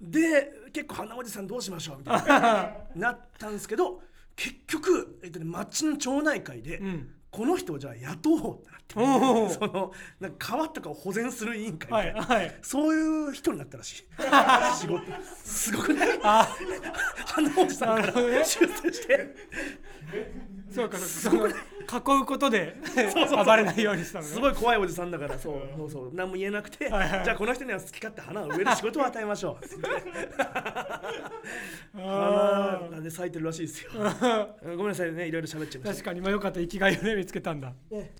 S2: で結構花おじさんどうしましょうみたいななったんですけど結局、えっとね、町の町内会 で、
S1: うん
S2: この人をじゃあ雇おうってな
S1: お
S2: っ
S1: お
S2: てそのなんか川とかを保全する委員会み
S1: はいは
S2: たいな、
S1: い
S2: そういう人になった らしい仕事すごくない
S1: あ
S2: 花おじさ
S1: な
S2: んか
S1: るほどね
S2: ら出世して。
S1: そうかそうかその囲うことで暴れないようにしたのね
S2: すごい怖いおじさんだからそうそうそう何も言えなくて、
S1: はいはい
S2: じゃあこの人には好き勝手花を植える仕事を与えましょう
S1: あ
S2: 花がね咲いてるらしいですよごめんなさいねいろいろ喋っちゃい
S1: ー
S2: まし
S1: 確かにまあよかった生きがいをね見つけたんだ
S2: た、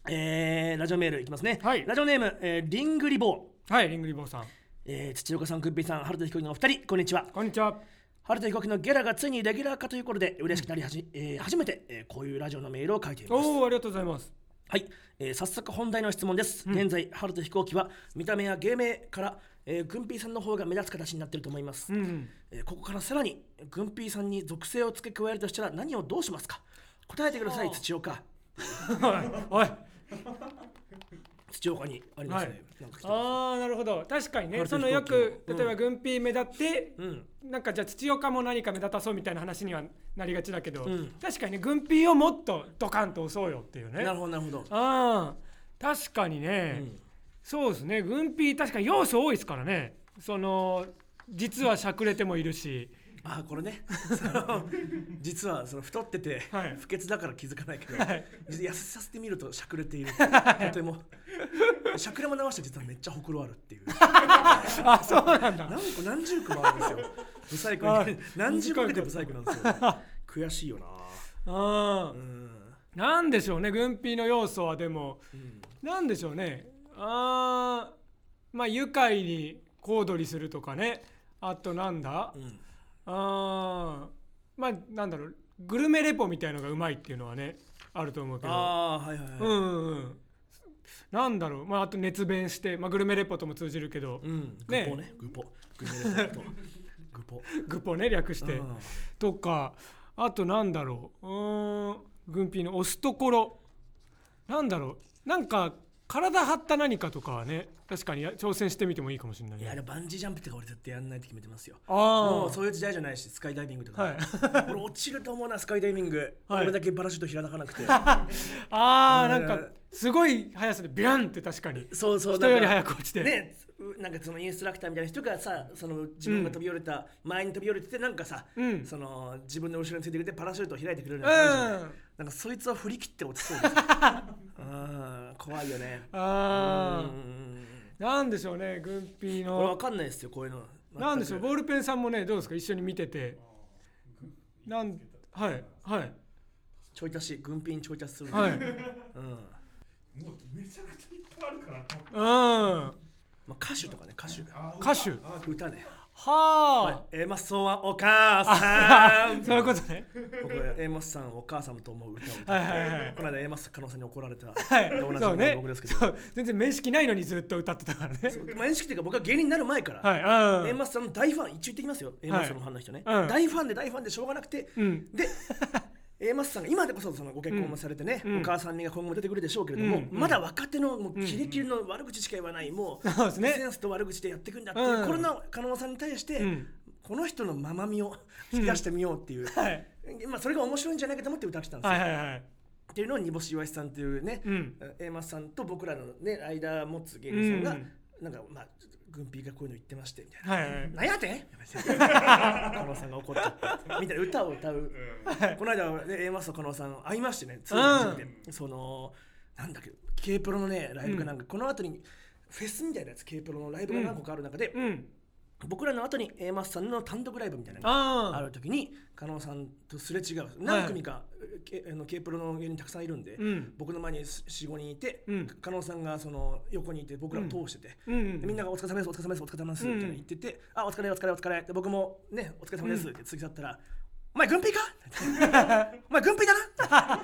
S2: えー、ラジオメールいきますね、
S1: はい
S2: ラジオネーム、えーリングリボー、
S1: はいリングリボーさん
S2: えー、土岡さんくっぴーさん春田飛行機のお二人こんにちは
S1: こんにちは
S2: 春田飛行機のゲラがついにレギュラー化ということで嬉しくなりはじ、えー初めて、えーこういうラジオのメールを書いています
S1: おおありがとうございます
S2: はい、えー早速本題の質問です、現在春田飛行機は見た目や芸名から、えー、グンピーさんの方が目立つ形になっていると思います、
S1: うん
S2: えーここからさらにグンピーさんに属性を付け加えるとしたら何をどうしますか答えてください
S1: はあ
S2: 土岡
S1: おいおい
S2: 土岡にありますね、
S1: はい
S2: なんか来てま
S1: ああなるほど確かにね
S2: 春
S1: その
S2: と
S1: よ
S2: 飛行機の
S1: く例えば軍艇目立って
S2: す、うん、
S1: なんかじゃあ土岡も何か目立たそうみたいな話にはなりがちだけど、
S2: うん
S1: 確かにね軍艇をもっとドカンと押そうよっていうね
S2: なるほどなるほど、
S1: あー確かにね、
S2: うん
S1: そうですね軍艇確かに要素多いですからねその実はしゃくれてもいるし
S2: あこれね その実はその太ってて、
S1: はい
S2: 不潔だから気づかないけど、
S1: はい
S2: 実は痩せさせてみるとしゃくれているとてもしゃくれも直して実はめっちゃほくろある っていう
S1: あ そうなんだ
S2: 何個何十個もあるんですよブサイク
S1: はい
S2: に何十個かけてブサイクなんですよ悔しいよな
S1: あ
S2: う
S1: ー
S2: ん、
S1: なんでしょうね軍艇の要素はでも
S2: うん
S1: なんでしょうねあーまあ愉快に小躍りするとかねあとなんだ、
S2: うん
S1: あーまあなんだろうグルメレポみたいのがうまいっていうのはねあると思うけど
S2: ああはいはいはい、
S1: うんうんうんなんだろうまああと熱弁して、まあ、グルメレポとも通じるけど、
S2: うん、
S1: ね
S2: グポね、グポ。グポねグポ。
S1: グポね略して、
S2: うん
S1: とかあとなんだろううーん軍品の押すところなんだろうなんか体張った何かとかはね確かにや挑戦してみてもいいかもしれない
S2: い
S1: ね
S2: や、あれバンジージャンプってか俺絶対やんないって決めてますよ。
S1: あ
S2: もう
S1: あ
S2: そういう時代じゃないし、スカイダイビングとか。
S1: はい
S2: 俺落ちると思うな、スカイダイビング。
S1: はい
S2: 俺だけパラシュート開かな くて。
S1: あー
S2: う
S1: なんんかすごい速さでビュンって確かに
S2: そうそう。
S1: 人より
S2: なん
S1: 早
S2: か
S1: く落ちて、
S2: ね、うなんかそのインストラクターみたいな人がさその自分が飛び降りた、前に飛び降りててなんかさ、
S1: うん
S2: その自分の後ろについてくれてパラシュートを開いてくれる
S1: う
S2: ような感じで、
S1: ん
S2: なんかそいつは振り切って落ちそうです うん怖いよね
S1: あ
S2: う
S1: ー
S2: ん
S1: なんでしょうね軍品の
S2: 俺わかんないですよこういうの
S1: なんでしょう
S2: 全
S1: ボ
S2: く
S1: ールペンさんもねどうですか一緒に見ててなんはいはい
S2: ちょい足し軍品ちょい足しするの
S1: はい
S2: うん
S3: もうめちゃくちゃいっぱいあるから
S1: うん
S2: まあ、歌手とかね歌手
S3: あ
S1: 歌手
S2: 歌ね
S1: は
S2: エマソンはお母さ
S1: あ
S2: ん
S1: そういうことね
S2: 僕エマスさんお母さんと思う歌を歌って、
S1: はいはいはい
S2: この間エマス加納さんに怒られた、
S1: はい
S2: 同じ
S1: そう
S2: の
S1: ね
S2: 僕ですけど
S1: そう全然面識ないのにずっと歌ってたからね
S2: まあ、意識というか僕は芸人になる前から、
S1: はい
S2: エ
S1: うん
S2: マスさんの大ファン一応言ってきますよエマスさんのファンの人ね、
S1: うん
S2: 大ファンで大ファンでしょうがなくて、
S1: うん
S2: で エマスさんが今でこそそのご結婚もされてね、
S1: うん
S2: お母さんにが今後も出てくるでしょうけれども、
S1: うん
S2: まだ若手のもうキレキレの悪口しか言わないも う
S1: そうですね
S2: センスと悪口でやっていくんだって、
S1: うん
S2: これの加納さんに対して、
S1: うん
S2: この人のままみを増やしてみようっていう、
S1: はい
S2: まあ、それが面白いんじゃないかと思って歌ってたんですよ。
S1: はいはいはい
S2: っていうのを煮干し岩井さんっていうね、
S1: うん
S2: エマさんと僕らのね間持つ芸人さんが、
S1: うん
S2: なんかまあ軍ピーがこういうの言ってましてみたいな。
S1: はいはい
S2: なんや てやめて加納さんが怒っちゃってみたいな歌を歌うこの間ね A マスと加納さん会いましてねツアー初めて、そのなんだっけ K プロのねライブかなんか、この後にフェスみたいなやつ K プロのライブが何個かある中で、
S1: うん
S2: 僕らの後に A マスさんの単独ライブみたいなのが あ
S1: あ
S2: る時に加納さんとすれ違う何組か、K- あの K プロの芸人たくさんいるんで、
S1: ーうん
S2: 僕の前に45人いて、
S1: うん
S2: 加納さんがその横にいて僕らを通してて、
S1: うんうん
S2: でみんながお疲れ様です、お疲れ様です、お疲れ様ですって言ってて、あ、お疲れ、お疲れ、お疲れで僕もね、お疲れ様ですって過ぎ去ったら、お前、軍 兵かお前、軍兵だなあ、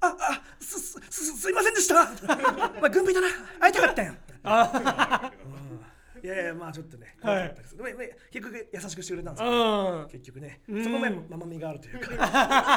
S2: あ、す、す、す、すいませんでしたお前、軍兵だな会いたかったようんいやいや、まあちょっとね、
S1: はい
S2: 怖かったですでもでも結局優しくしてくれたんですよ。
S1: あ
S2: 結局ね、
S1: うん
S2: そこもやっぱママみがあると いうか、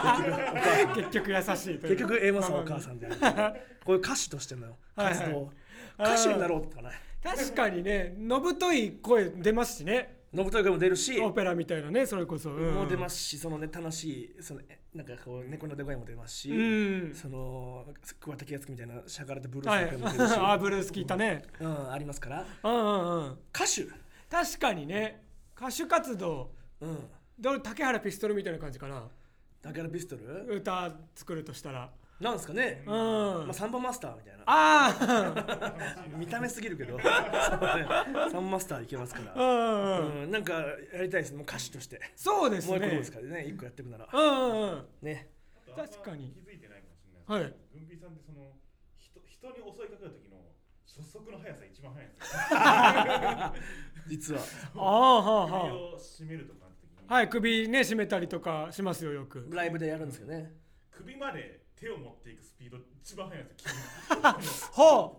S1: ー結局優しいという
S2: 結局、エイマさんはお母さんであるというかこういう歌手としての活動、
S1: はいはい
S2: 歌手になろうとかね、
S1: 確かにねのぶとい声出ますしね
S2: 信太君も出るし、
S1: オペラみたいなねそれこそうん
S2: も出ますし、そのね、楽しい、そのえなんかこう、猫の出声も出ますし、
S1: うん
S2: その、桑田佳祐みたいな、しゃがれたブル
S1: は
S2: ー
S1: い
S2: スも出るし、
S1: あーブルース聞いたね
S2: うん、ありますから、
S1: うんうんうん
S2: 歌手、
S1: 確かにね歌手活動
S2: うん、
S1: で俺竹原ピストルみたいな感じかな
S2: だからピストル、
S1: 歌作るとしたら
S2: なんですかね、
S1: うん、
S2: まあ、サンボマスターみたいな、
S1: あ
S2: 見た目すぎる けど、そうねサンボマスターいけますか
S1: あ、う
S2: ら、
S1: んうん
S2: う
S1: うん、
S2: ん、なんかやりたいですね、もう歌手として、
S1: そうです
S2: もう
S1: ね
S2: 一個どうですかね、一個やっていくなら、
S1: うんうんうん
S2: ね、
S1: 確かに
S3: 気づいてないかもしれない
S1: はい
S3: 軍備さんってその人人に襲いかかる時の初速の速さ一番速いんですよ
S2: 実は、
S1: ああはあ
S3: 首
S1: は
S3: を絞めるとかの時に、
S1: あはい首ね締めたりとかしますよよく
S2: ライブでやるんですよね。
S3: 首まで手を持っていくスピード一番速いんですよ
S1: は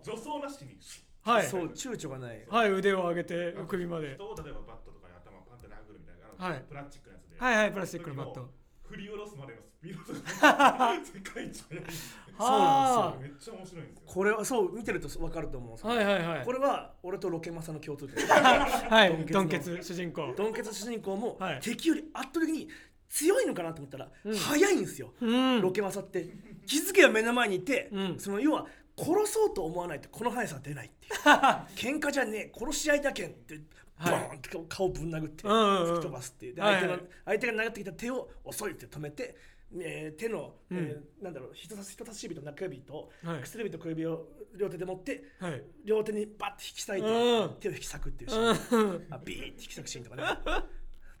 S3: 助走なしに
S1: あはい
S2: そう、躊躇がない。
S1: はい腕を上げて首まで
S3: 人を例えばバットとかに頭をパンって殴るみたいな、あの
S1: はい
S3: プラスチックのやつで
S1: はいはいプラスチックのバット
S3: 時も振り下ろすまでのスピードとか世界一速いんですよ
S1: はあ
S3: めっちゃ面白いんですよ
S2: これはそう見てると分かると思うんですけど、
S1: はいはいはい
S2: これは俺とロケマサの共通点
S1: はいド
S2: ド
S1: ン
S2: ン
S1: ケ
S2: ケ
S1: ツ主
S2: ツ
S1: 人公
S2: ドンケツ主人公も
S1: はい
S2: 敵より圧倒的に強いのかなと思ったら、
S1: うん
S2: 速いんですよ、
S1: うん
S2: ロケマサって気づけば目の前にいて、
S1: うん
S2: その要は殺そうと思わないとこの速さ出ないっていう 喧嘩じゃねえ殺し合いだけんって
S1: はい
S2: バーンって顔ぶん殴っ
S1: う
S2: て
S1: んうんうん
S2: 吹き飛ばすっていうで
S1: はい
S2: 相
S1: はい
S2: 手の相手が殴ってきた手を遅いって止めて、えー手の、
S1: うん
S2: えーなんだろう人差し人差し指と中指と
S1: はい
S2: 薬指と小指を両手で持って
S1: はい
S2: 両手にバッて引き裂いて
S1: うん
S2: 手を引き裂くって いうシーン
S1: うん
S2: あビーって引き裂くシーンとかね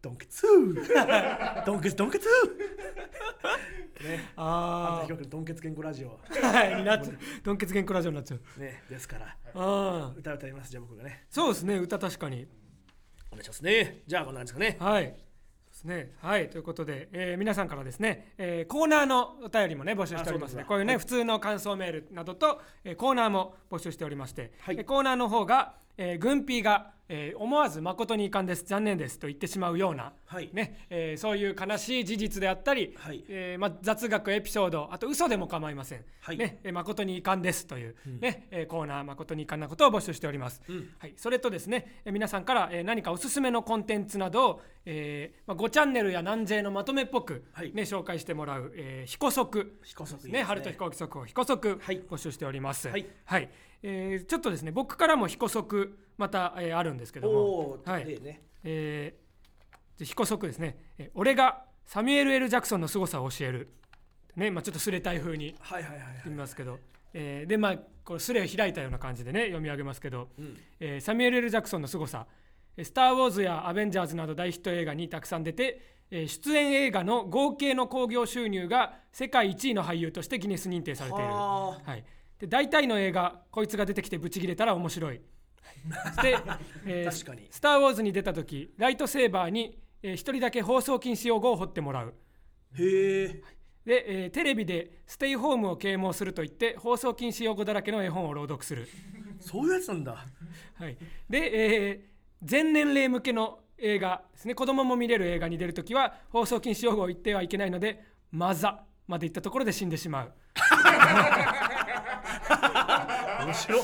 S2: ドンケ ツードンケツドンケツーねあ
S1: あ
S2: ひろくのドンケツ言語ラジオ
S1: あはいになっちゃうドンケツ原稿ラジオになっちゃう
S2: ねですから
S1: ああ
S2: 歌歌いますじゃあ僕がね
S1: そうですね歌確かに
S2: お願いしますねじゃあこんな感じですかね
S1: はい。そうですね。はい。ということで、えー皆さんからですね、えーコーナーのお便りもね、募集しております
S2: あそうです
S1: ね。
S2: ね
S1: こういうね、
S2: はい
S1: 普通の感想メールなどと、えーコーナーも募集しておりまして、
S2: はい
S1: えーコーナーの方が、えー、軍ーが、えー思わず誠に遺憾です、残念ですと言ってしまうような、
S2: はい
S1: ねえーそういう悲しい事実であったり、
S2: はい
S1: えーまあ、雑学エピソードあと嘘でも構いません、
S2: はい
S1: ねえー誠に遺憾ですという、ねえーコーナー誠に遺憾なことを募集しております、はい、それとですね、えー皆さんから、えー何かおすすめのコンテンツなどを、えーまあ、5チャンネルや南 J のまとめっぽく、
S2: はい
S1: ね、紹介してもらう「えー、彦足」
S2: 飛行速
S1: ね、春と飛行機速報、飛行速、
S2: はい
S1: 募集しております。
S2: はい
S1: えーちょっとですね、僕からも飛行速、また、えーあるんですけど
S2: お
S1: も
S2: お。
S1: は
S2: ー
S1: い、
S2: でね
S1: えー、じゃあ彦足ですね、えー俺がサミュエル・ L ・ジャクソンの凄さを教える、ねまあ、ちょっとすれたい風に
S2: はいはいはいはい
S1: 読みますけど、えーでまあこうスレを開いたような感じでね読み上げますけど、
S2: ん
S1: えーサミュエル・ L ・ジャクソンの凄さ「えースター・ウォーズ」や「アベンジャーズ」など大ヒット映画にたくさん出て、えー出演映画の合計の興行収入が世界1位の俳優としてギネス認定されている。
S2: は
S1: はい、で大体の映画こいつが出てきてブチギレたら面 白いそして、えー
S2: 確かに
S1: スター・ウォーズ」に出た時ライトセーバーにえー一人だけ放送禁止用語を掘ってもらう
S2: ーへえ
S1: で、えーテレビでステイホームを啓蒙すると言って放送禁止用語だらけの絵本を朗読する、
S2: そういうやつなんだ
S1: はい、で、えー全年齢向けの映画ですね子供も見れる映画に出る時は放送禁止用語を言ってはいけないので「マザ」まで言ったところで死んでしまう
S2: 面白い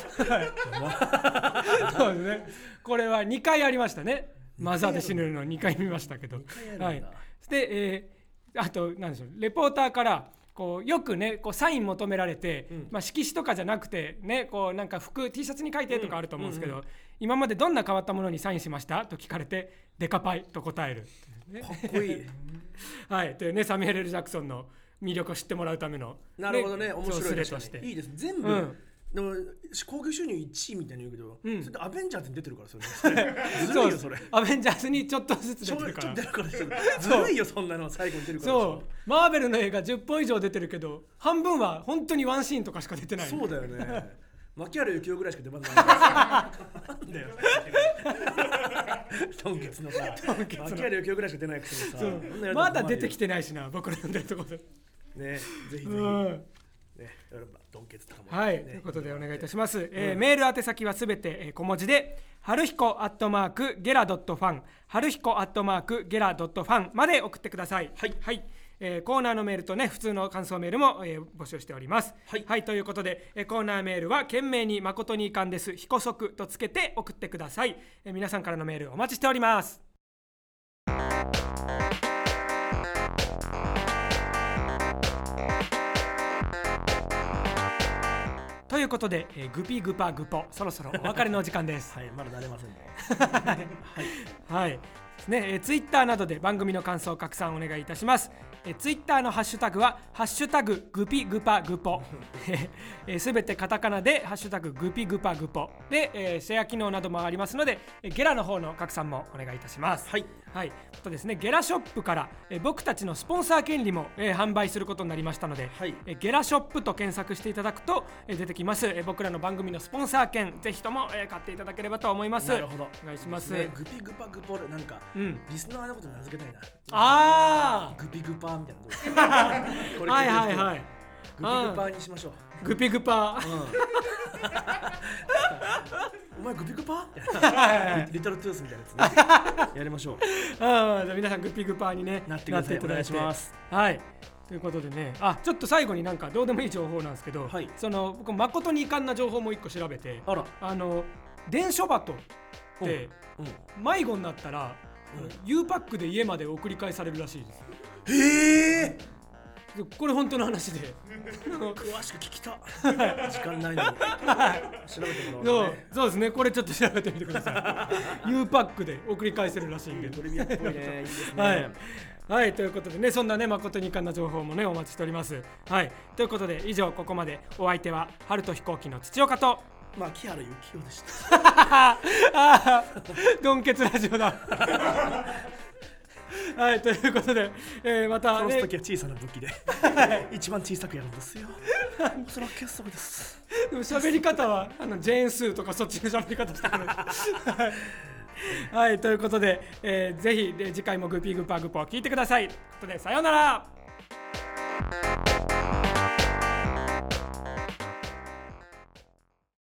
S1: そうですね。これは2回ありましたね。マザーで死ぬの2回見ましたけど。
S2: 回あ
S1: は
S2: るん
S1: い
S2: だ。
S1: そして、えーあと、なんでしょう、レポーターから、こうよくねこうサイン求められて、まあ、色紙とかじゃなくてねこうなんか服 T シャツに書いてとかあると思うんですけど、今までどんな変わったものにサインしましたと聞かれてデカパイと答える、ね
S2: かっこいい
S1: はいというねサミュエル・ L ジャクソンの魅力を知ってもらうための、
S2: なるほどね面
S1: そう
S2: 白
S1: ス
S2: い
S1: レ
S2: です
S1: として
S2: ねいいですね全部、
S1: うん
S2: でも興行収入1位みたいに言うけど、
S1: うん
S2: それでアベンジャーズに出てるから それずるいよそれ
S1: うアベンジャーズにちょっとずつ
S2: ち
S1: 出
S2: ょ
S1: てる
S2: ち
S1: から
S2: ょっと出るからそれずるいよそんなの最後に出るから
S1: そうマーベルの映画10本以上出てるけど半分は本当にワンシーンとかしか出てない
S2: そうだよね。牧原幸雄ぐらいしか出番ないんだよ。トンケツのさ、牧原幸雄ぐらいしか出ないくせにさ、
S1: そう
S2: そんなやつ
S1: まだ出てき
S2: ね、
S1: てないしな僕らの出るとこで、
S2: ぜひぜひ、
S1: うん
S2: ね、やっぱドンケツとかも、
S1: はい、
S2: ね
S1: ということでお願いいたします、えーメール宛先はすべて、えー小文字で春彦アットマークゲラドットファン春彦アットマークゲラドットファンまで送ってくださいはい、えーコーナーのメールとね普通の感想メールも、えー募集しております
S2: はい
S1: ということで、えーコーナーメールは懸命に誠に遺憾です彦足とつけて送ってください、えー皆さんからのメールお待ちしておりますということで、えーグピグパグポそろそろお別れのお時間です
S2: はい、まだ慣れませんね。
S1: はい。ね、えツイッター Twitter などで番組の感想を拡散お願いいたします。えツイッター Twitter のハッシュタグはハッシュタググピグパグポ。 すべてカタカナでハッシュタググピグパグポで、えーシェア機能などもありますので、えゲラの方の拡散もお願いいたします。
S2: はい、
S1: はい、あとですねゲラショップから、えー僕たちのスポンサー権利も、えー販売することになりましたので、
S2: はい
S1: えーゲラショップと検索していただくと、えー出てきます、えー僕らの番組のスポンサー権ぜひとも、えー買っていただければと思います
S2: なるほど。
S1: お願いします
S2: ねグピグパグポでなんか、
S1: うん
S2: リスナーのこと名付けたいな。
S1: あ
S2: グピグパみた いなのどうです
S1: あ
S2: か。。
S1: はいはいはいい
S2: グピグパにしましょう。
S1: グピグパ
S2: お前前グピグパ?」みたい
S1: はいはいは
S2: ないリトルトゥースみたいなや つねやりましょう
S1: あーじゃあ皆さんグッピーグッパーに、ね、
S2: なってください
S1: な
S2: お願いしますす
S1: はいということでねあちょっと最後になんかどうでもいい情報なんですけど、
S2: はい
S1: その僕誠に遺憾な情報も一個調べて
S2: あら
S1: あの電書バトって
S2: うん
S1: 迷子になったら、
S2: うん
S1: U パックで家まで送り返されるらしいです
S2: へえ
S1: でこれ本当の話であの
S2: 詳しく聞きた時間ないのに調べてもら
S1: そうう
S2: おね
S1: そうですねこれちょっと調べてみてください U パックで送り返せるらしいんで
S2: ボリビアっぽいねいいですね
S1: はい、はい、ということでねそんなね誠に遺憾な情報もねお待ちしております。はい、ということで以上ここまでお相手は春と飛行機の土岡と
S2: まあ木原幸雄でした
S1: ああドンケツラジオだ。はいということで、えーまた、
S2: 殺
S1: ね
S2: す、時は小さな武器で一番小さくやるんです よそれは傑作です
S1: でも喋り方はあのジェーンスーとかそっちの喋り方してくれる。はいはいということで、えーぜひで次回もグーピーグーパーグーパーを聞いてください。ということでさようなら。